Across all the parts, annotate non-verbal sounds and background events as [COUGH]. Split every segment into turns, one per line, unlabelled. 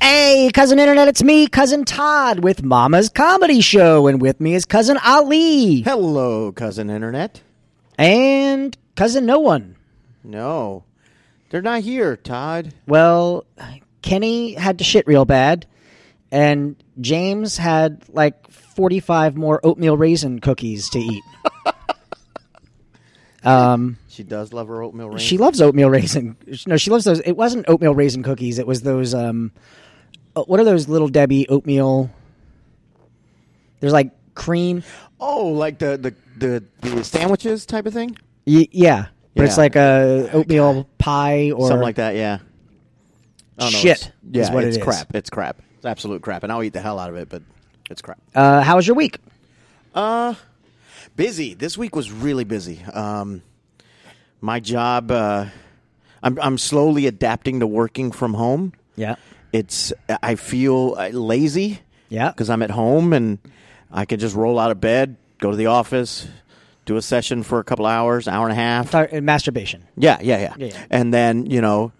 Hey, cousin internet, it's me, cousin Todd, with Mama's Comedy Show, and with me is cousin Ali
Hello, cousin internet.
and cousin No One.
No, they're not here, Todd.
Well, Kenny had to shit real bad, and James had like 45 more oatmeal raisin cookies to eat.
She does love her oatmeal raisin.
she loves oatmeal raisin. [LAUGHS] No, she loves those. It wasn't oatmeal raisin cookies. It was those. Um, uh, what are those little Debbie oatmeal? There's like cream.
oh, like the, the the the sandwiches type of thing,
Y- yeah, but it's
Yeah.
like a oatmeal pie or
something like that. Yeah. I don't know,
Shit
it's-
is
Yeah,
what it
it's
is.
crap. It's crap. It's absolute crap, and I'll eat the hell out of it, but it's crap.
Uh, how was your week?
busy. This week was really busy. Um, my job. Uh, I'm I'm slowly adapting to working from home.
Yeah.
it's I feel uh, lazy.
Yeah.
because I'm at home and I can just roll out of bed, go to the office, do a session for a couple hours, hour and a half.
uh, masturbation.
Yeah, yeah, yeah,
Yeah, yeah.
And then you know,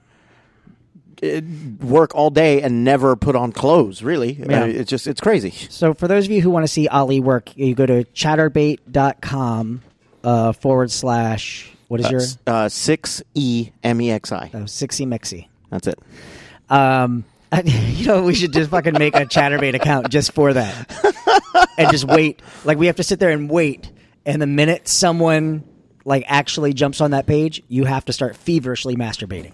it, work all day and never put on clothes. Really, I
Yeah.
mean, it's just it's crazy.
So for those of you who want to see Ali work, you go to chatterbait.com uh, forward slash what is your
Uh, Six E M E X I.
oh, sixy mixy.
That's it.
Um, [LAUGHS] you know, we should just fucking make a chatterbait account just for that, and just wait. Like we have to sit there and wait, and the minute someone like actually jumps on that page, you have to start feverishly masturbating.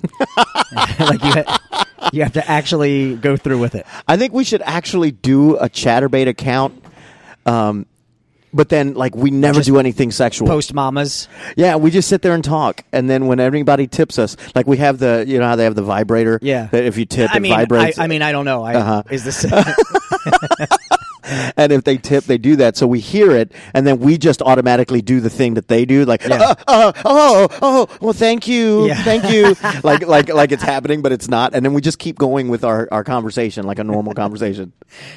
[LAUGHS] like you, ha- you have to actually go through with it.
I think we should actually do a ChatterBait account. Um, but then, like, we never
Just
do anything sexual.
Post mamas.
Yeah, we just sit there and talk, and then when anybody tips us, like we have the, you know how they have the vibrator.
Yeah.
That if you tip,
I
it
mean, I,
vibrates.
I
Uh-huh.
mean, I don't know. I, Is
[LAUGHS]
this? [LAUGHS] Oh,
and if they tip, they do that. So we hear it, and then we just automatically do the thing that they do. Like, uh, uh, oh, oh, well, thank you,
Yeah. [LAUGHS]
thank you. like, like, like it's happening, but it's not. And then we just keep going with our our conversation, like
[LAUGHS]
a normal conversation.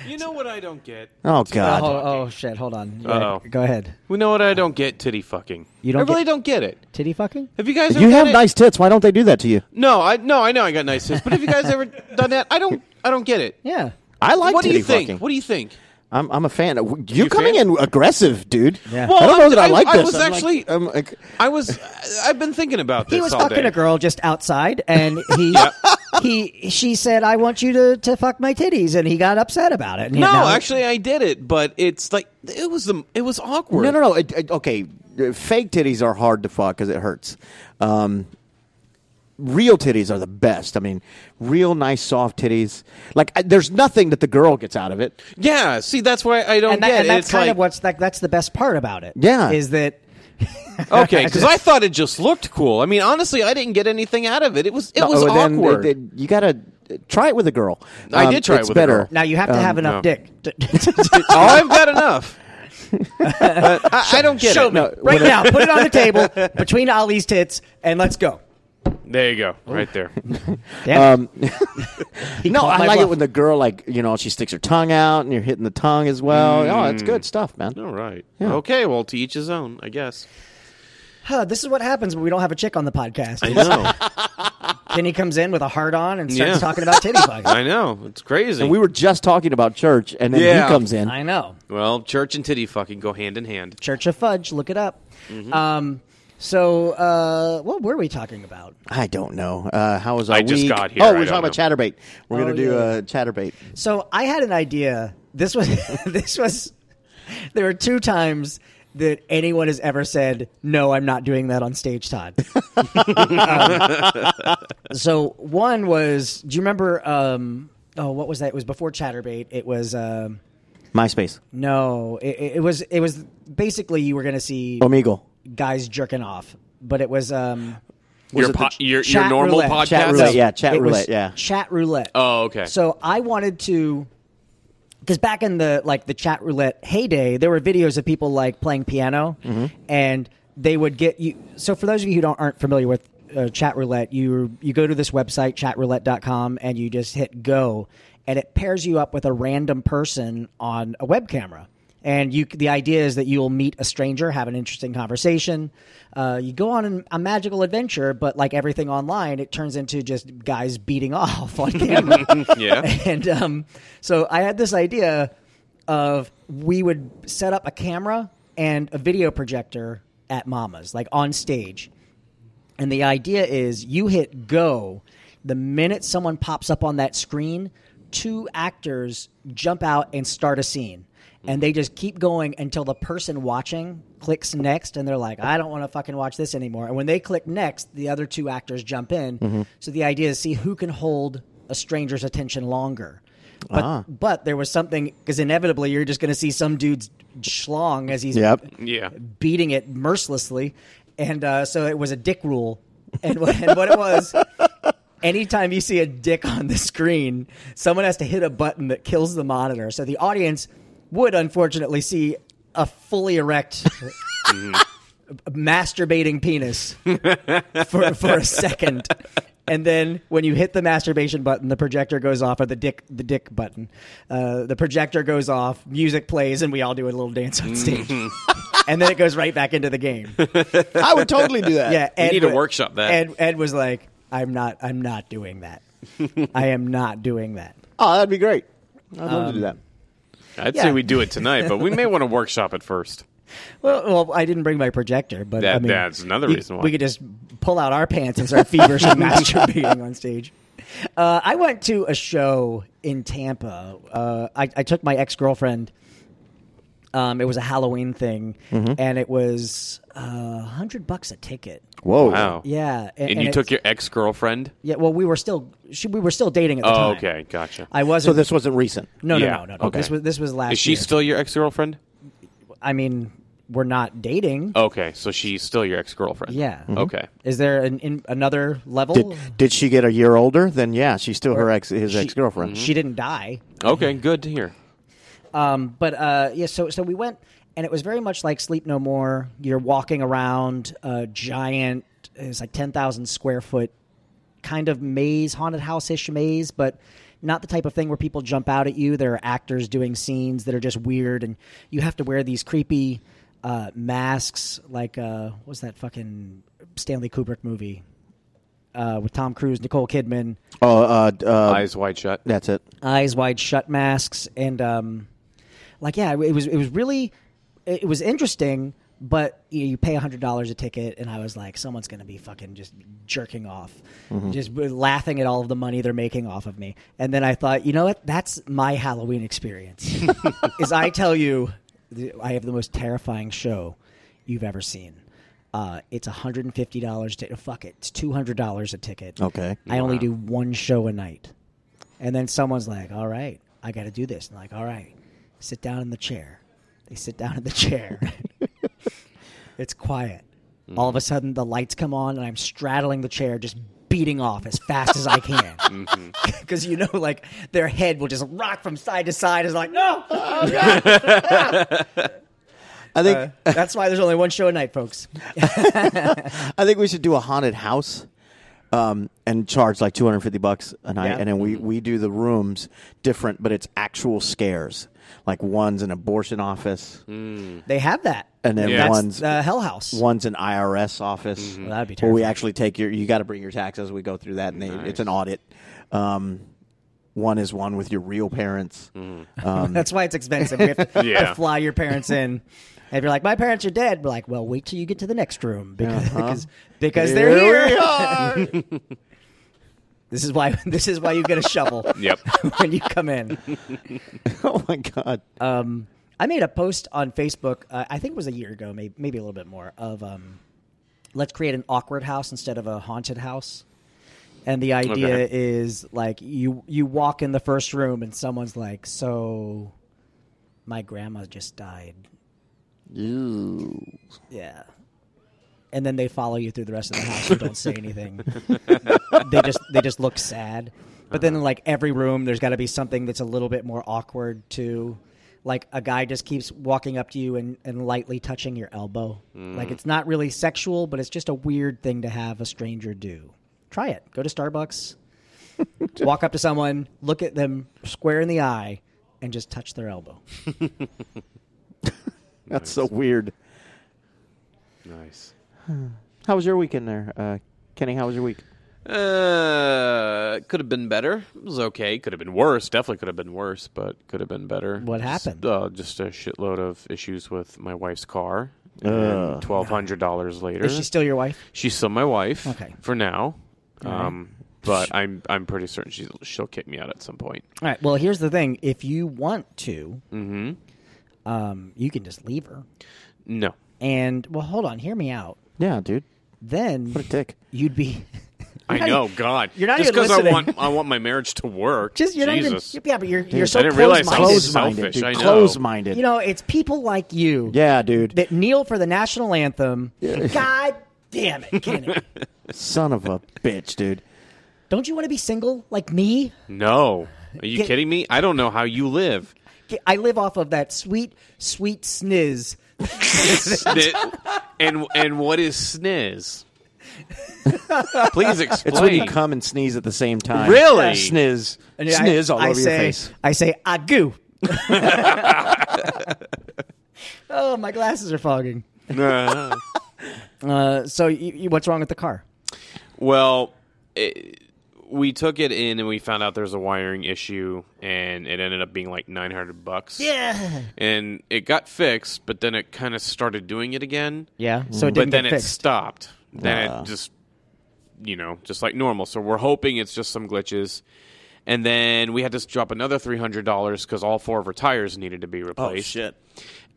You know what I don't get?
Oh God.
oh, oh shit! Hold on. Yeah,
Uh-oh.
Go ahead.
You know what I don't get? Titty fucking.
You don't
I really
get-
don't get it.
Titty fucking.
Have you guys?
you
ever
have
done it?
nice tits. Why don't they do that to you?
No, I no, I know I got nice tits, but have you
[LAUGHS]
guys ever done that? I don't. I don't get it.
Yeah.
I like
what do
titty
you think?
fucking.
What do you think?
I'm, I'm a fan. You're
You
coming
fan?
in aggressive, dude.
Yeah.
I don't
Well,
know that I,
I-
like
I
this.
was
I'm like-
actually-
I'm like-
I was. I've been thinking about this.
he was
all
fucking
day.
a girl just outside
[LAUGHS]
and he he she said i want you to, to fuck my titties and he got upset about it And
No,
now-
actually, I did it, but it's like it was the it was awkward.
No, no, no. It, it- okay, uh, fake titties are hard to fuck because it hurts. Um, real titties are the best. I mean, real nice soft titties. Like, I, there's nothing that the girl gets out of it.
Yeah, see, that's why I don't
and, that,
get
and
it.
that's
it's
kind
like,
of what's like that's the best part about it
Yeah.
is that
[LAUGHS]
[LAUGHS]
okay, because I thought it just looked cool. I mean, honestly, I didn't get anything out of it. It was it was
Uh, then
awkward. [LAUGHS]
it- it- you gotta uh, try it with a girl. Um,
I did try it
it's
with a
better.
girl.
now you have
Um,
to have enough
no.
dick to, [LAUGHS] to-
oh, I've got enough. Uh, I, I don't get
show
it.
me
No,
right now put it on the
[LAUGHS]
table between ali's tits and let's go
There you go, right there.
[LAUGHS] Damn it.
Um, [LAUGHS] No, I
my
like
bluff.
it when the girl, like, you know, she sticks her tongue out and you're hitting the tongue as well. Oh,
Mm.
it's good stuff, man.
All right. Okay, well, to each his own, I guess.
huh, this is what happens when we don't have a chick on the podcast
I know.
[LAUGHS] kenny comes in with a hard on and starts
Yeah.
talking about titty
[LAUGHS]
fucking
I know. It's crazy.
And we were just talking about church, and then
Yeah.
he comes in.
I know
well, church and titty fucking go hand in hand.
Church of Fudge. Look it up. Um, so, uh, what were we talking about?
I don't know. Uh, how was our
I just
week?
got here.
Oh,
I
we're
don't
talking about ChatterBait. We're
Oh,
gonna do
yeah.
uh, ChatterBait.
So, I had an idea. This was [LAUGHS] this was. There were two times that anyone has ever said, "No, I'm not doing that on stage, Todd." [LAUGHS] Um, so, one was, do you remember? Um, oh, what was that? It was before ChatterBait. It was. Um,
MySpace.
no, it, it it was it was basically you were going to see
Omegle.
guys jerking off, but it was um
Was
Your,
it
po-
the ch-
your, your
Chat
normal
roulette.
podcast?
Chat roulette, yeah. chat
it was
roulette, yeah.
Chat roulette.
Oh, okay.
So I wanted to because back in the like the chat roulette heyday, there were videos of people like playing piano, and they would get you. So for those of you who don't aren't familiar with uh, chat roulette, you you go to this website chatroulette.com and you just hit go, and it pairs you up with a random person on a web camera, and you the idea is that you'll meet a stranger have an interesting conversation uh, you go on an, a magical adventure but like everything online it turns into just guys beating [LAUGHS] off on camera
[LAUGHS]
[LAUGHS]
Yeah.
[LAUGHS] and um, so i had this idea of we would set up a camera and a video projector at mama's like on stage and the idea is you hit go the minute someone pops up on that screen, two actors jump out and start a scene. And they just keep going until the person watching clicks next and they're like, I don't want to fucking watch this anymore. And when they click next, the other two actors jump in. So the idea is see who can hold a stranger's attention longer. But, but there was something because inevitably you're just going to see some dude's schlong as he's
Yep.
Yeah.
beating it mercilessly. And uh, so it was a dick rule. And [LAUGHS] what, and what it was, anytime you see a dick on the screen, someone has to hit a button that kills the monitor. So the audience would unfortunately see a fully erect masturbating penis
[LAUGHS]
for, for a second. And then when you hit the masturbation button, the projector goes off, or the dick the dick button. Uh, the projector goes off, music plays, and we all do a little dance on stage.
Mm-hmm.
[LAUGHS] and then it goes right back into the game.
[LAUGHS] I would totally do that.
[LAUGHS]
Yeah, Ed
need to
wa-
workshop that.
Ed, Ed was like, "I'm not, I'm not doing that. I am not doing that."
Oh, that'd be great. I'd love
Um,
to do that.
I'd
Yeah.
say we do it tonight, but we may want to workshop it first.
Well, well, I didn't bring my projector, but
That-
I mean,
that's another
you-
reason why.
we could just pull out our pants and start
[LAUGHS]
feverishly masturbating on stage. Uh, I went to a show in Tampa. Uh, I, I took my ex girlfriend. Um, it was a Halloween thing,
Mm-hmm.
and it was a hundred bucks a ticket.
Whoa.
Wow.
Yeah, a-
And, you
it-
took your ex girlfriend?
yeah. Well, we were still she, we were still dating at the
Oh,
time.
okay. Gotcha.
I wasn't.
So this wasn't recent.
No,
Yeah,
no, no, no, no.
okay.
This was this was last.
Is she
year.
still your ex girlfriend?
I mean, we're not dating.
Okay. So she's still your ex girlfriend?
Yeah.
Okay.
Is there an in, another level?
Did, did she get a year older? Then yeah, she's still her ex, his ex girlfriend.
She didn't die.
Okay. Good to hear.
Um, but uh, yeah, so so we went, and it was very much like Sleep No More. You're walking around a giant, it's like ten thousand square foot kind of maze, haunted house ish maze, but not the type of thing where people jump out at you. There are actors doing scenes that are just weird, and you have to wear these creepy uh, masks, like uh, what was that fucking Stanley Kubrick movie uh, with Tom Cruise, Nicole Kidman,
Oh, uh, d- uh,
Eyes
[LAUGHS]
wide shut.
that's it.
eyes wide shut masks, and um, like yeah, it was it was really it it was interesting. But you, you pay hundred dollars a ticket, and I was like, someone's going to be fucking just jerking off, just laughing at all of the money they're making off of me. And then I thought, you know what? That's my Halloween experience. is I tell you, th- I have the most terrifying show you've ever seen. Uh, it's hundred and fifty dollars. To, fuck it, it's two hundred dollars a ticket.
Okay.
I only do one show a night. And then someone's like, all right, I got to do this. And like, all right, sit down in the chair. They sit down in the chair. it's quiet. All of a sudden, the lights come on, and I'm straddling the chair, just beating off as fast as I can. [LAUGHS] Because, you know, like their head will just rock from side to side. It's like, no, [LAUGHS] oh, God.
I
Uh,
think
That's why there's only one show a night, folks.
I think we should do a haunted house, um, and charge like two hundred fifty bucks a night,
Yeah.
and then we we do the rooms different, but it's actual scares. Like one's an abortion office,
They have that.
and then
Yeah. That's
one's
The Hell House.
one's an IRS
Mm-hmm.
office.
Well, that'd be
Where we
terrifying.
actually take your you got to bring your taxes. We go through that, and they, it's an audit. Um, one is one with your real parents.
Mm.
That's why it's expensive. We have to,
[LAUGHS] Yeah.
to [LAUGHS] fly your parents in. And if you're like, my parents are dead, we're like, well, wait till you get to the next room because [LAUGHS] because, because they're
Here
here.
Uh-huh. we are.
[LAUGHS] This is why [LAUGHS] this is why you get a shovel
[LAUGHS] Yep.
[LAUGHS] when you come in.
[LAUGHS] oh my god!
Um, I made a post on Facebook. Uh, I think it was a year ago, maybe maybe a little bit more. Of um, let's create an awkward house instead of a haunted house. And the idea
Okay.
is like you you walk in the first room and someone's like, so my grandma just died.
Ew.
Yeah. And then they follow you through the rest of the house and don't say anything. [LAUGHS] they just they just look sad. But then like every room there's got to be something that's a little bit more awkward too. Like a guy just keeps walking up to you and, and lightly touching your elbow. Like it's not really sexual, but it's just a weird thing to have a stranger do. Try it. Go to Starbucks. walk up to someone, look at them square in the eye and just touch their elbow.
That's so weird.
nice.
How was your weekend there, uh, Kenny? How was your week?
Uh, could have been better. It was okay. Could have been worse. Definitely could have been worse, but could have been better.
What
Just,
happened?
uh, just a shitload of issues with my wife's car.
Ugh.
Twelve hundred dollars later,
Is she still your wife?
she's still my wife.
Okay.
for now. Um, but I'm I'm pretty certain she's, she'll kick me out at some point.
All right. Well, here's the thing: if you want to, um, you can just leave her.
No,
And well, hold on. Hear me out.
Yeah, dude.
Then
What a dick.
you'd be [LAUGHS]
I know. God,
you're not
just
even
I
listening.
want I want my marriage to work.
just you're
Jesus.
not even yeah, but you're you're so
I didn't realize I was
close-minded.
Close-minded,
selfish,
dude.
I know.
Close-minded.
You know, it's people like you
yeah, dude.
that kneel for the national anthem. [LAUGHS] God damn it, Kenny!
Son of a bitch, dude.
Don't you want to be single like me?
no, are you
Get-
kidding me? I don't know how you live.
I live off of that sweet, sweet sniz.
Sni- and and what is sniz? Please explain.
It's when you come and sneeze at the same time.
Really? Yeah.
Sniz.
And I-
Sniz all
I
over
say,
your face.
I say,
[LAUGHS]
agoo. oh, my glasses are fogging.
Uh,
Uh, so, you, you, what's wrong with the car?
well, it, we took it in and we found out there's a wiring issue, and it ended up being like 900 bucks.
Yeah.
And it got fixed, but then it kind of started doing it again.
Yeah. So it
Mm, but
didn't
then
get
it
fixed.
stopped. Then
Wow.
it just, you know, just like normal. So we're hoping it's just some glitches. And then we had to drop another three hundred dollars because all four of her tires needed to be
Oh,
replaced.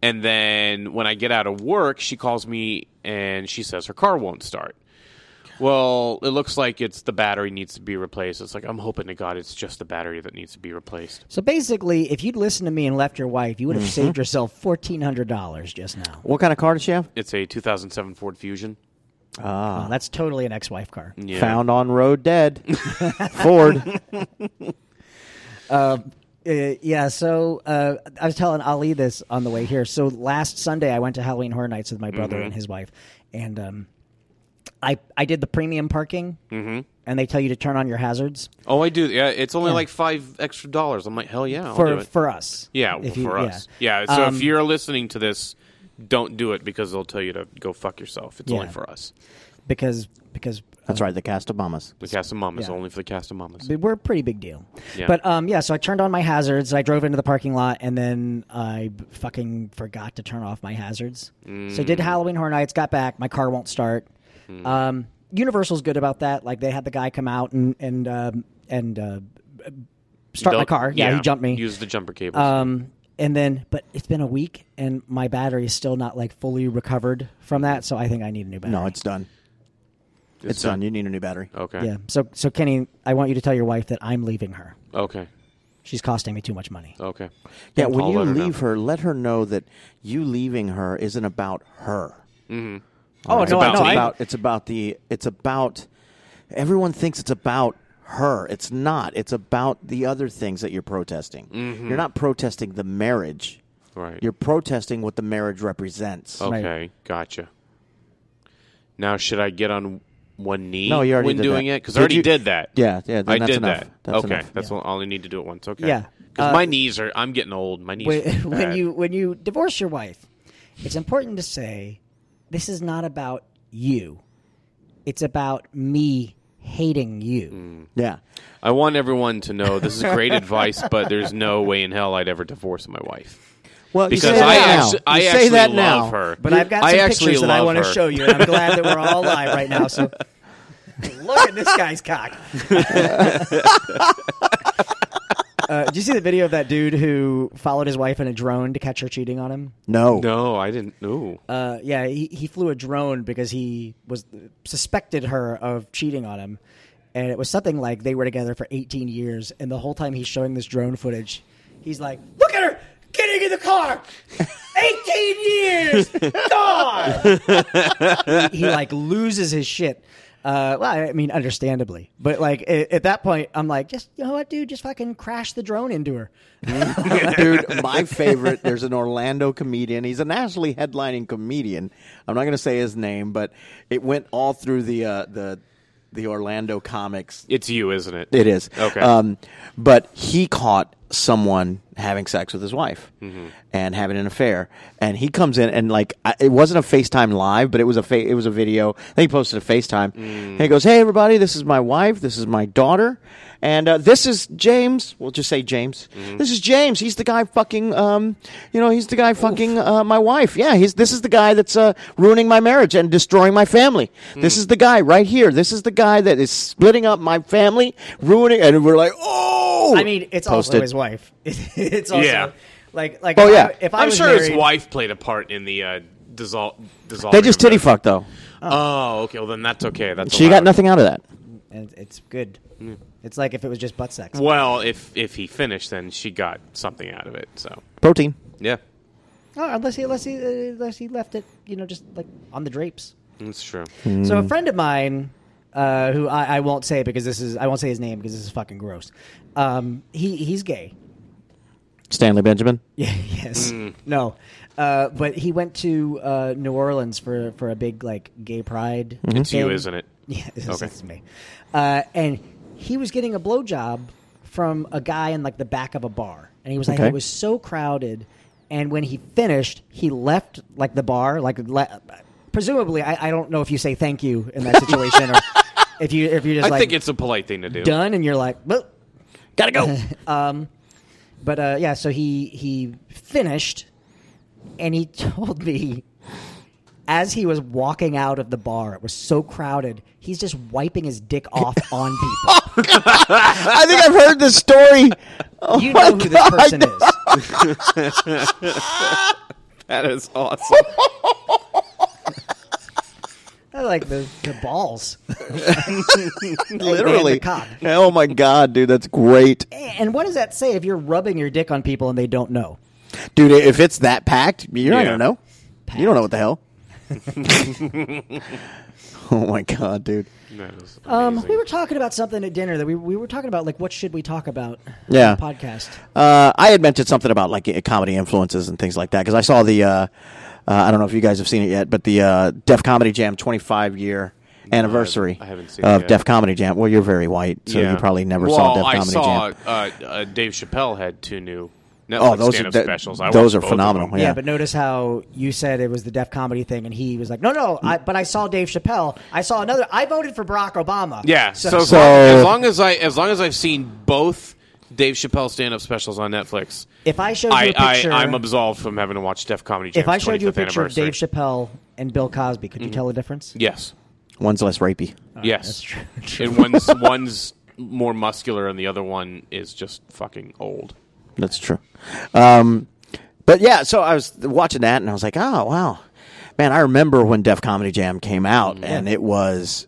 And then when I get out of work, she calls me and she says her car won't start. Well, it looks like it's the battery needs to be replaced. It's like I'm hoping to God it's just the battery that needs to be replaced.
so basically, if you'd listened to me and left your wife, you would have
Mm-hmm.
saved yourself fourteen hundred dollars just now.
What kind of car does she have?
It's a 2007 Ford Fusion.
Ah.
Oh, that's totally an ex-wife car.
Mm.
Yeah.
Found on road dead. [LAUGHS] Ford.
Uh, yeah, so uh, I was telling Ali this on the way here. So last Sunday, I went to Halloween Horror Nights with my brother
Mm-hmm.
and his wife, and um, I I did the premium parking, mm-hmm. and they tell you to turn on your hazards
Oh, I do. Yeah, it's only like five extra dollars. I'm like, hell yeah, I'll do
for
it.
for us.
Yeah,
If
well,
you- Um,
for us. Yeah. so
Um,
if you're listening to this, don't do it because they'll tell you to go fuck yourself. It's only
Yeah.
for us.
because because
That's right, the cast of mamas.
The cast of mamas
Yeah.
only for the cast of mamas.
But we're a pretty big deal.
Yeah.
But um, yeah, so I turned on my hazards. I drove into the parking lot, and then I b- fucking forgot to turn off my hazards. So I did Halloween Horror Nights. Got back, my car won't start. Um, Universal's good about that. Like they had the guy come out and and um, and uh, b- start my
Don't-
car. Yeah, he jumped me.
Use the jumper cables.
Uh,
Um, and then, but it's been a week, and my battery is still not like fully recovered from that. So I think I need a new battery.
No, it's done. It's, done. You need a new battery.
okay.
yeah. So so Kenny, I want you to tell your wife that I'm leaving her.
Okay.
She's costing me too much money.
Okay.
Yeah, when
I'll
you
let her know.
leave her, let her know that you leaving her isn't about her.
Oh
It's
no,
about
no,
me.
I,
about it's about the it's about everyone thinks it's about her. It's not. It's about the other things that you're protesting. You're not protesting the marriage.
Mm-hmm. Right. Oh.
You're protesting what the marriage represents.
okay.
Right.
Gotcha. Now should I get on one knee?
No, you already
when
did
doing
that.
it because
Did
I already
you-
did that.
Yeah, yeah, then
I
that's
did
enough.
that.
That's
okay,
enough.
that's all, all I need to do it once. Okay.
Yeah.
Because
Uh,
my knees are. I'm getting old. My knees.
when,
[LAUGHS]
[LAUGHS]
are
when
bad.
you when you divorce your wife, it's important to say this is not about you. It's about me hating you.
Mm.
Yeah.
I want everyone to know this is
[LAUGHS]
great advice, but there's no way in hell I'd ever divorce my wife.
Well, you
Because
say
I,
that now.
actu- I
You say
actually
that
love
now.
her.
But I've got
I
some
actually
pictures that I
love
want to
her.
show you, and I'm glad that we're all live right now.
[LAUGHS]
So look at this guy's cock. uh, did you see the video of that dude who followed his wife in a drone to catch her cheating on him?
No.
No, I didn't. Ooh.
Uh, yeah, he, he flew a drone because he was suspected her of cheating on him, and it was something like they were together for 18 years, and the whole time he's showing this drone footage, he's like, "Look at her getting in the
[LAUGHS]
car, 18 years gone." [LAUGHS] he, he, like loses his shit. Uh, well, I mean, understandably, but like at, at that point, I'm like, just you know what, dude, just fucking crash the drone into her.
[LAUGHS] Dude, my favorite. There's an Orlando comedian. He's a nationally headlining comedian. I'm not going to say his name, but it went all through the uh, the the Orlando comics.
It's you, isn't it?
It is
Okay.
um, but he caught someone having sex with his wife and having an affair. And he comes in and like I, it wasn't a FaceTime live, but it was a fa- it was a video. I think he posted a FaceTime. And he goes, "Hey everybody, this is my wife. This is my daughter, and uh, this is James. We'll just say James. This is James. He's the guy fucking. Um, you know, he's the guy fucking uh, my wife. Yeah, he's this is the guy that's uh, ruining my marriage and destroying my family. This is the guy right here. This is the guy that is splitting up my family, ruining. And we're like, oh.
I mean, it's also
Posted.
his wife. [LAUGHS] it's also
Yeah.
like like.
Oh,
if I-
yeah.
if I
I'm
was
sure
married,
his wife played a part in the uh, dissolve. dissolve
They just titty fucked though.
Oh, okay. Well, then that's okay. That's
She got
allowed.
nothing out of that.
and it's good. It's like if it was just butt sex.
Well, if if he finished, then she got something out of it. So
Protein.
yeah,
Oh, unless he unless he uh, unless he left it, you know, just like on the drapes.
that's true.
Hmm.
So a friend of mine, uh, who I, I won't say because this is I won't say his name because this is fucking gross. Um, he he's gay.
Stanley Benjamin.
[LAUGHS] Yeah, yes.
Hmm.
No. Uh, but he went to uh, New Orleans for, for a big like gay pride.
It's you,
thing.
isn't it?
[LAUGHS] Yeah, it's,
Okay.
it's me. Uh, and he was getting a blowjob from a guy in like the back of a bar, and he was like,
Okay.
it was so crowded. And when he finished, he left like the bar, like le- presumably. I, I don't know if you say thank you in that situation,
[LAUGHS]
or if you if you're just
I
like
think it's a polite thing to do.
done, and you're like, well,
Gotta
[LAUGHS]
go.
but uh, yeah, so he he finished, and he [LAUGHS] told me as he was walking out of the bar, it was so crowded. He's just wiping his dick
[LAUGHS]
off on people.
I think I've heard
[LAUGHS]
this story. Oh
You
my
know who this
God.
person is.
That is awesome.
I like the, the balls.
Literally.
And the cock.
Oh my god, dude, that's great,
And what does that say if you're rubbing your dick on people and they don't know?
dude. If it's that packed, you're not
Yeah.
gonna know. You don't know what the hell. [LAUGHS] oh my god, dude.
That
[LAUGHS]
is
Um,
amazing.
we were talking about something at dinner that we, we were talking about like what should we talk about? on the
Yeah.
podcast.
Uh, I had mentioned something about like uh, comedy influences and things like that because I saw the. Uh, uh, I don't know if you guys have seen it yet, but the uh, Def Comedy Jam 25 year anniversary
I haven't seen it
of
yet.
Def Comedy Jam. Well, you're very white, so
Yeah.
you probably never
well,
saw Def
I
Comedy
saw,
Jam.
Uh, uh, Dave Chappelle had two new Netflix
Oh, those are
stand-up
that-
specials. I
those
watched
are
both of
phenomenal.
them.
Yeah.
Yeah.
but notice how you said it was the deaf comedy thing, and he was like, "No, no, I, but I saw Dave Chappelle. I saw another. I voted for Barack Obama.
Yeah. So, as,
So-
long, as long as I as long as I've seen both Dave Chappelle stand-up specials on Netflix,
if I showed you
I,
a
I
picture,
I'm absolved from having to watch Def Comedy Jam.
if I showed you a picture of Dave Chappelle and Bill Cosby,
Mm-hmm.
could you tell the difference?
yes,
One's less rapey.
yes,
That's true. [LAUGHS]
and one's one's more muscular, and the other one is just fucking old.
That's true. Um, but yeah, so I was watching that and I was like, oh, wow. Man, I remember when Def Comedy Jam came out
Mm-hmm.
and it was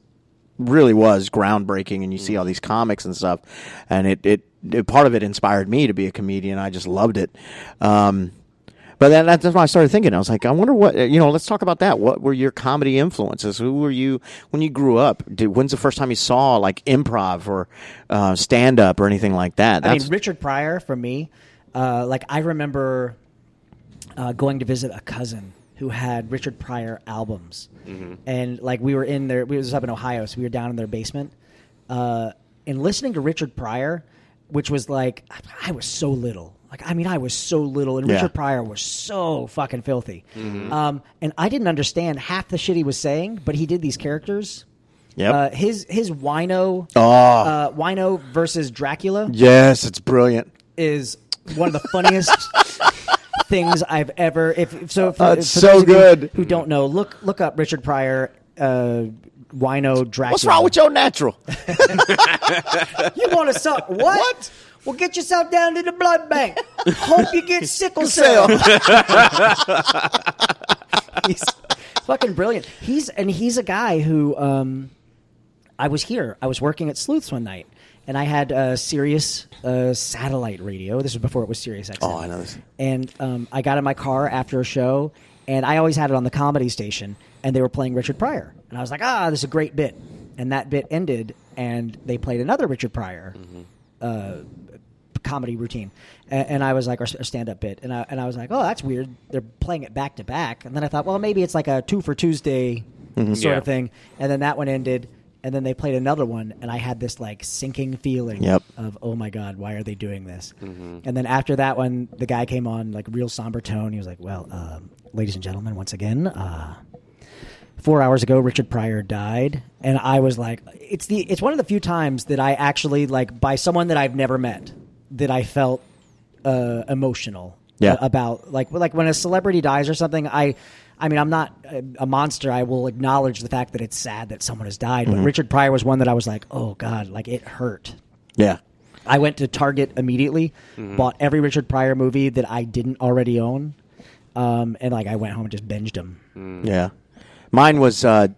really was groundbreaking and you see all these comics and stuff and it, it, it part of it inspired me to be a comedian. I just loved it. Um, but then that's why I started thinking. I was like, I wonder what you know. Let's talk about that. What were your comedy influences? Who were you when you grew up? Did, when's the first time you saw like improv or uh, stand up or anything like that?
I
That's,
mean, Richard Pryor for me, uh, like I remember uh, going to visit a cousin who had Richard Pryor albums,
Mm-hmm.
and like we were in there, we was up in Ohio, so we were down in their basement, uh, and listening to Richard Pryor, which was like I was so little. Like I mean, I was so little, and
Yeah. Mm-hmm.
Richard Pryor was so fucking filthy, um, and I didn't understand half the shit he was saying. But he did these characters.
Yep.
Uh, his his wino
Oh.
uh, wino versus Dracula
Yes, it's brilliant.
is one of the funniest
[LAUGHS]
things I've ever. If, if so, for,
That's
for
so
those of you
good.
Who don't know? Look, look up Richard Pryor, uh, Wino Dracula.
What's wrong with your natural?
you? Want to
[LAUGHS]
suck what?
What?
Well, get yourself down to the blood
[LAUGHS]
bank. Hope you get sickle cell. he's fucking brilliant. He's and he's a guy who. Um, I was here. I was working at Sleuths one night, and I had uh, Sirius uh, satellite radio. This was before it was Sirius XM.
Oh, I know this.
And um, I got in my car after a show, and I always had it on the comedy station, and they were playing Richard Pryor, and I was like, ah, this is a great bit. And that bit ended, and they played another Richard Pryor comedy routine, and, and I was like, or stand up bit, and I and I was like, oh, that's weird. They're playing it back to back, and then I thought, well, maybe it's like a two for Tuesday sort
Yeah.
of thing, and then that one ended, and then they played another one, and I had this like sinking feeling
Yep.
of oh my god, why are they doing this? And then after that one, the guy came on like real somber tone. He was like, "Well, um, ladies and gentlemen, once again." Uh, Four hours ago, Richard Pryor died, and I was like, "It's the it's one of the few times that I actually like by someone that I've never met that I felt uh, emotional
Yeah.
a- about like like when a celebrity dies or something i i mean i'm not a, a monster i will acknowledge the fact that it's sad that someone has died
Mm-hmm.
but richard pryor was one that i was like oh god like it hurt
[LAUGHS] Yeah.
i went to target immediately
Mm-hmm.
bought every richard pryor movie that i didn't already own um, and like i went home and just binged them
Yeah, mine was uh,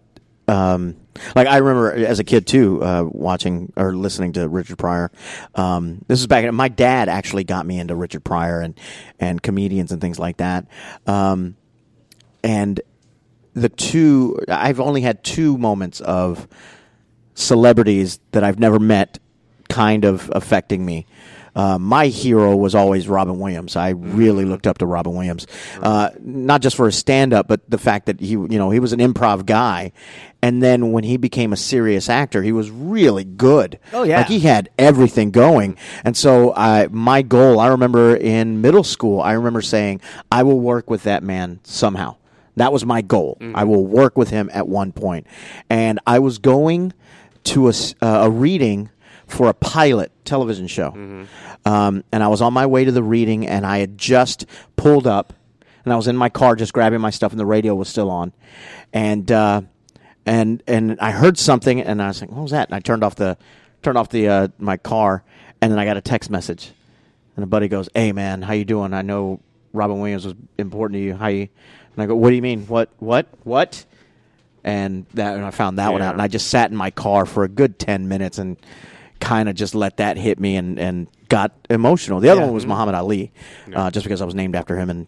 um, like I remember as a kid too, uh, watching or listening to Richard Pryor. Um, this is back. My dad actually got me into Richard Pryor and and comedians and things like that. Um, and the two, I've only had two moments of celebrities that I've never met kind of affecting me. Uh, my hero was always Robin Williams. I
Mm-hmm.
really looked up to Robin Williams, uh, not just for his stand-up, but the fact that he, you know, he was an improv guy, and then when he became a serious actor, he was really good.
Oh, yeah.
like he had everything going. And so, I, my goal, I remember in middle school, I remember saying, I will work with that man somehow. That was my goal. I will work with him at one point. And I was going to a, s- uh, a reading for a pilot television show. Um, and I was on my way to the reading, and I had just pulled up, and I was in my car just grabbing my stuff, and the radio was still on. And, uh, and and I heard something, and I was like, "What was that?" And I turned off the turned off the uh, my car, and then I got a text message, and a buddy goes, "Hey man, how you doing? I know Robin Williams was important to you. How you?" And I go, "What do you mean? What? What? What?" And that and I found that one
Yeah.
out, and I just sat in my car for a good ten minutes and kind of just let that hit me and and got emotional. The other
Yeah. Mm-hmm.
one was Muhammad Ali, uh, just because I was named after him, and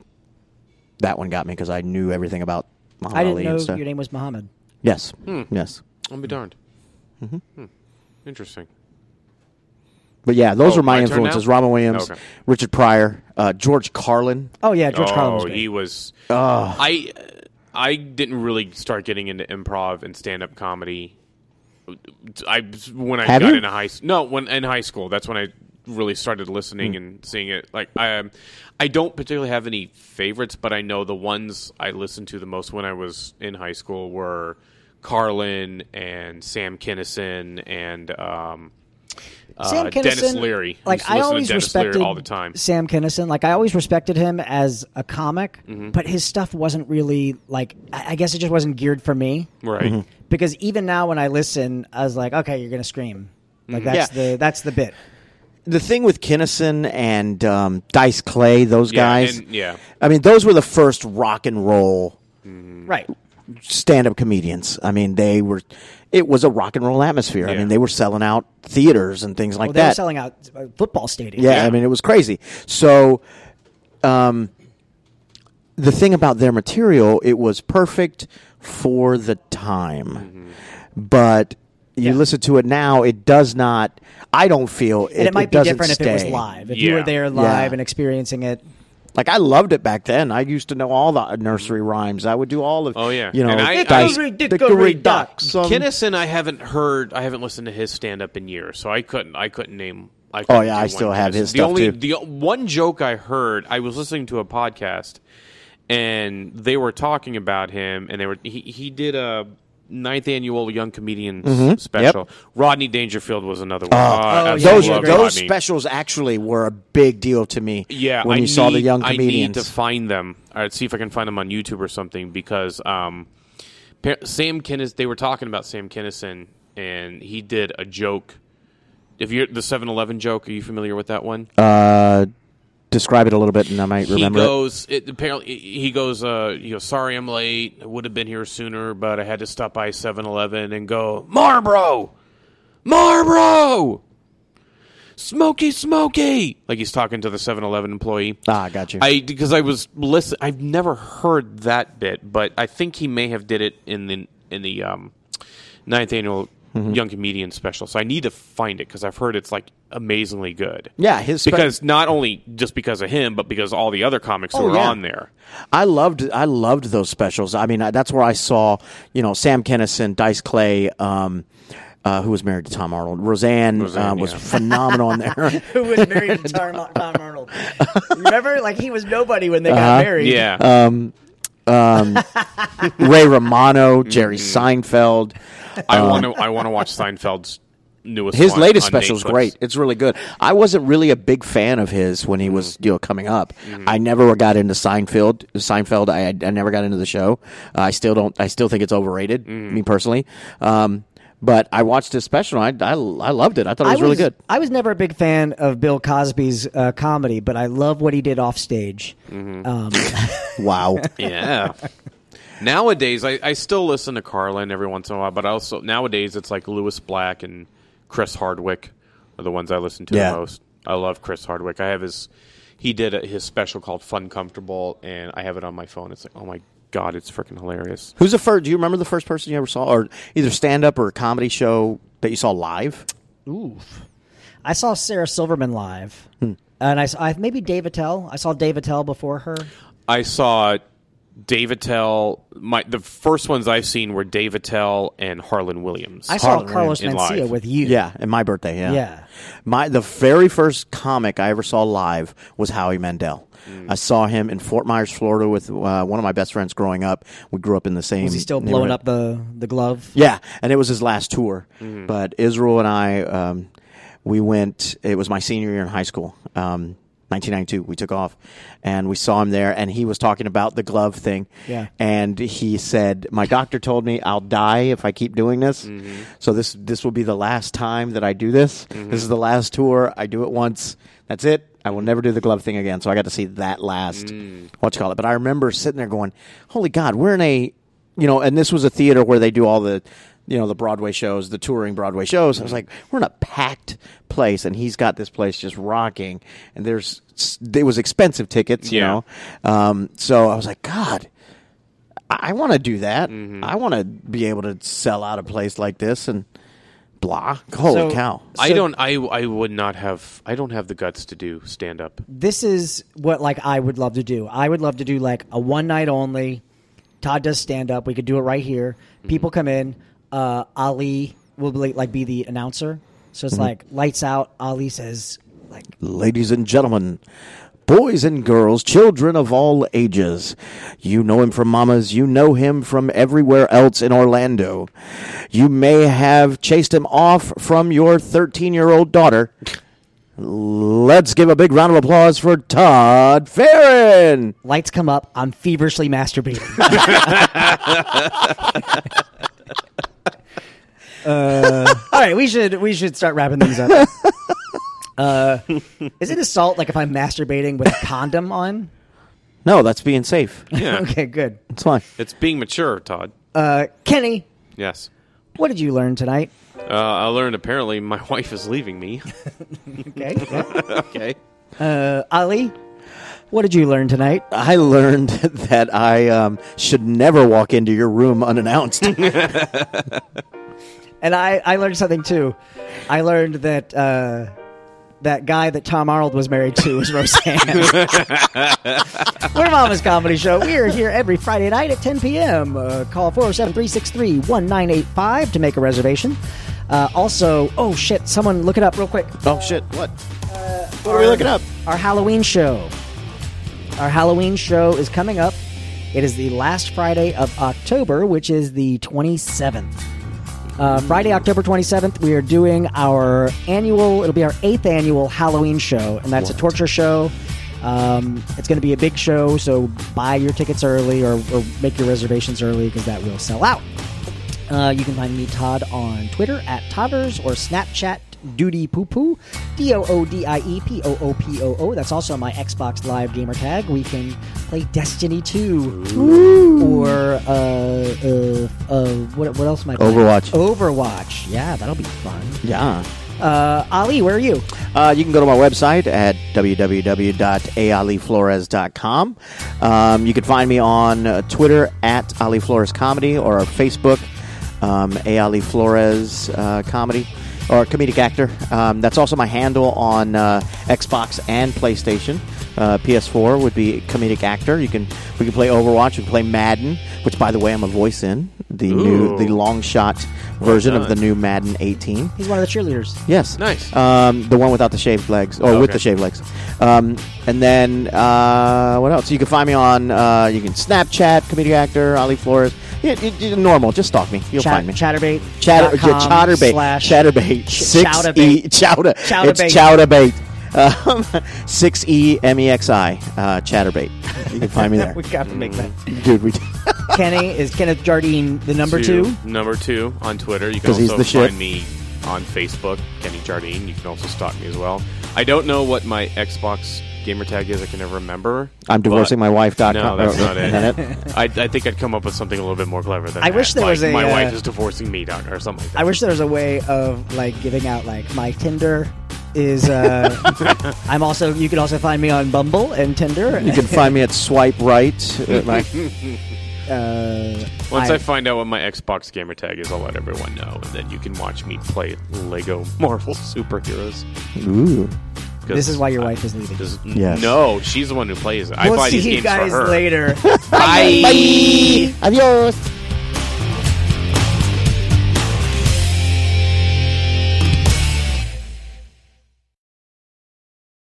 that one got me because I knew everything about Muhammad
i didn't
Ali
know
and stuff.
your name was muhammad
Yes.
Hmm.
Yes.
I'll be darned.
Mm-hmm.
Hmm. Interesting.
But yeah, those
Oh,
are my,
my turn now?
influences: Robin Williams,
Okay.
Richard Pryor, uh, George Carlin.
oh yeah george carlin was
oh,
great.
he was. I I didn't really start getting into improv and stand up comedy. I when I
Have
got
you?
into high no when in high school. That's when I really started listening
Hmm.
and seeing it. Like I um, I don't particularly have any favorites, but I know the ones I listened to the most when I was in high school were Carlin and Sam Kinison and. Um,
Sam
uh,
Kinison,
Dennis Leary. I used
Like
to
I
listen to
always
Dennis Leary
respected
all the time.
Sam Kinison. Like I always respected him as a comic,
Mm-hmm.
but his stuff wasn't really like. I I guess it just wasn't geared for me.
Right.
Because even now, when I listen, I was like, okay, you're gonna scream. Like
Mm-hmm.
that's
Yeah.
the that's the bit.
The thing with Kinnison and um, Dice Clay, those
Yeah,
guys.
and- yeah.
I mean, those were the first rock and roll
Mm.
Right.
stand-up comedians. I mean, they were. It was a rock and roll atmosphere. I
Yeah.
mean, they were selling out theaters and things like
Well, they were
that.
selling out uh, football stadiums.
Yeah, I mean, it was crazy. So, um, the thing about their material, it was perfect for the time. But you
Yeah.
listen to it now, it does not. I don't feel it.
And it might be
doesn't
different if it was
stay.
live. If you
Yeah.
were there live
Yeah.
and experiencing it,
Like I loved it back then. I used to know all the nursery rhymes. I would do all of.
Oh, yeah.
you know,
And I-
dice,
Dickory, dickory,
dickory um,
dock.
dock. some-
Kinnison, I haven't heard, I haven't listened to his stand up in years, so I couldn't, I couldn't name. I couldn't
Oh, yeah,
do
I
one
still have
Kinnison.
his
the
stuff,
only,
too.
The o- one joke I heard, I was listening to a podcast, and they were talking about him, and they were he, he did a ninth annual Young Comedians
Mm-hmm.
special. Rodney Dangerfield was another one. Uh,
Oh, yeah,
Those
I
were
love
those
special.
specials actually were a big deal to me.
Yeah,
when
I
you saw the
need-
young
I need
comedians,
to find them. All right, see if I can find them on YouTube or something because um, pa- Sam Kinnis. They were talking about Sam Kinison, and he did a joke. If you're the 7-Eleven joke, are you familiar with that one?
Uh, describe it a little bit, and I might remember.
he
it.
goes it. apparently he goes uh he goes sorry i'm late i would have been here sooner but i had to stop by 7-eleven and go marlboro marlboro smoky smoky like he's talking to the 7-eleven employee
Ah, got you.
i because i was listen i've never heard that bit but i think he may have did it in the in the um ninth annual
Mm-hmm.
young comedian special. So I need to find it because I've heard it's like amazingly good.
Yeah, his spe-
because not only just because of him, but because all the other comics who
Oh,
were
yeah.
on there.
I loved I loved those specials. I mean, I, that's where I saw you know Sam Kennison, Dice Clay, um, uh, who was married to Tom Arnold. Roseanne, uh,
Roseanne,
was
yeah. [LAUGHS]
phenomenal on there.
[LAUGHS] Who was married to Tom, [LAUGHS] Tom Arnold? Remember, like he was nobody when they got
Uh-huh.
married.
Yeah,
Uh, Ray Romano, Jerry
Mm-hmm.
Seinfeld.
I want to. I want to watch Seinfeld's newest.
uh, His
one
latest
on
special is
Netflix.
great. It's really good. I wasn't really a big fan of his when he was
Mm-hmm.
you know coming up. I never got into Seinfeld. Seinfeld. I, I never got into the show. I still don't. I still think it's overrated.
Mm-hmm.
Me personally. Um, but I watched his special. And I, I I loved it. I thought it was, really good.
I was never a big fan of Bill Cosby's uh, comedy, but I love what he did off stage.
Mm-hmm.
[LAUGHS]
Um,
Wow.
Yeah. nowadays, I, I still listen to Carlin every once in a while, but I also nowadays it's like Lewis Black and Chris Hardwick are the ones I listen to
Yeah.
the most. I love Chris Hardwick. I have his he did a, his special called Fun Comfortable, and I have it on my phone. It's like, oh my god, it's freaking hilarious.
Who's the first? Do you remember the first person you ever saw, or either stand up or a comedy show that you saw live?
Oof. I saw Sarah Silverman live,
Hmm.
and I, saw, I maybe Dave Attell. I saw Dave Attell before her.
I saw Dave Attell. My the first ones I've seen were Dave Attell and Harlan Williams.
I saw Carlos
in
Mencia
live.
with you.
Yeah, and my birthday. Yeah,
Yeah.
My the very first comic I ever saw live was Howie Mandel.
Mm.
I saw him in Fort Myers, Florida, with uh, one of my best friends growing up. We grew up in the same.
was he still blowing
neighborhood.
up the the glove?
Yeah, and it was his last tour.
Mm.
But Israel and I, um, we went. It was my senior year in high school, um, 1992. We took off, and we saw him there, and he was talking about the glove thing.
Yeah.
and he said, "My doctor told me I'll die if I keep doing this. So this this will be the last time that I do this. This is the last tour. I do it once. That's it." I will never do the glove thing again. So I got to see that last, what you call it. But I remember sitting there going, "Holy God, we're in a you know, and this was a theater where they do all the, you know, the Broadway shows, the touring Broadway shows. I was like, we're in a packed place, and he's got this place just rocking, and there's, it was expensive tickets, you
Yeah.
know, um, so I was like, God, I, I want to do that. I want to be able to sell out a place like this, and blah, holy
So-
cow,
I
So-
don't. I I would not have. I don't have the guts to do stand up.
This is what like I would love to do. I would love to do like a one night only. Todd does stand up. We could do it right here. People come in. Uh, Ali will be, like be the announcer. So it's like lights out. Ali says like
ladies and gentlemen. Boys and girls, children of all ages. You know him from Mama's. You know him from everywhere else in Orlando. You may have chased him off from your 13 year old daughter. Let's give a big round of applause for Todd Farron.
lights come up. I'm feverishly masturbating. [LAUGHS] Uh, all right, we should we should start wrapping things up. Uh, is it assault like if I'm masturbating with a condom on?
No, that's being safe.
Yeah,
[LAUGHS] Okay, good.
It's fine.
it's being mature, Todd.
Uh, Kenny,
Yes.
what did you learn tonight?
Uh, I learned apparently my [LAUGHS] wife is leaving me.
[LAUGHS] Okay,
okay.
uh, Ali, what did you learn tonight?
I learned [LAUGHS] that I um, should never walk into your room unannounced.
And I I learned something too. I learned that. Uh, that guy that Tom Arnold was married to is Roseanne. We're Mama's Comedy Show. We are here every Friday night at 10 p.m. Uh, call 407 363 1985 to make a reservation. Uh, also, oh shit, someone look it up real quick.
[LAUGHS] oh, shit. What? what are we looking up?
Our Halloween show. Our Halloween show is coming up. It is the last Friday of October, which is the 27th. Uh, Friday, October 27th, we are doing our annual, it'll be our eighth annual Halloween show, and that's a torture show. Um, it's going to be a big show, so buy your tickets early or, or make your reservations early because that will sell out. Uh, you can find me, Todd, on Twitter at Todders or Snapchat Duty Poo Poo, D O O D I E P O O P O O. That's also my Xbox Live gamer tag. We can play Destiny 2 or uh, uh, uh, what, what else am I playing?
Overwatch.
Overwatch. Yeah, that'll be fun.
Yeah.
Uh, Ali, where are you?
Uh, you can go to my website at www.aaliflores.com. Um, you can find me on uh, Twitter at Ali Flores Comedy or our Facebook. um, Ayali Flores uh, comedy or comedic actor. Um, that's also my handle on uh, Xbox and PlayStation. Uh, PS4 would be comedic actor. You can we can play Overwatch. We can play Madden, which by the way I'm a voice in the new
Ooh.
the long shot version of
done.
the new Madden 18.
He's one of the cheerleaders.
Yes.
Nice.
Um, the one without the shaved legs, or with
Okay.
the shaved legs. Um, and then uh, what else? You can find me on. Uh, you can Snapchat, comedic actor Ali Flores. Yeah, you- you- normal. Just stalk me. You'll
Chat,
find me.
Chatterbait.
Chatter,
dot com
yeah, chatterbait,
Slash
chatterbait, six e,
Chowderbait.
chowder, it's
Chowderbait.
chowderbait, um, [LAUGHS] six e m e x i, uh, chatterbait. You can find me there,
[LAUGHS] we got to make that.
dude. We
Kenny is Kenneth Jardine, the number two.
Number two on Twitter. You can
'Cause
also
he's the shit.
find me on Facebook, Kenny Jardine. You can also stalk me as well. I don't know what my Xbox gamer tag is. I can never remember.
I'm divorcing
but-
my wife. Oh, dot
No,
com-
that's
or-
not it.
is that
[LAUGHS] I, I think I'd come up with something a little bit more clever than
I
that.
wish there
Like,
was a,
my
uh,
wife is divorcing me dot, or something like that.
I wish there was a way of like giving out like my Tinder is. Uh, I'm also. You can also find me on Bumble and Tinder.
You can find me at swipe right. Uh,
[LAUGHS]
my-
uh,
Once I,
I-
find out what my Xbox gamer tag is, I'll let everyone know, and then you can watch me play Lego Marvel [LAUGHS] superheroes.
Ooh.
'Cause
this is why your
I-
wife is leaving.
This,
Yes.
No, she's the one who plays it. I
We'll
buy
see
these
you
games
guys
for her.
later.
Bye.
Adiós.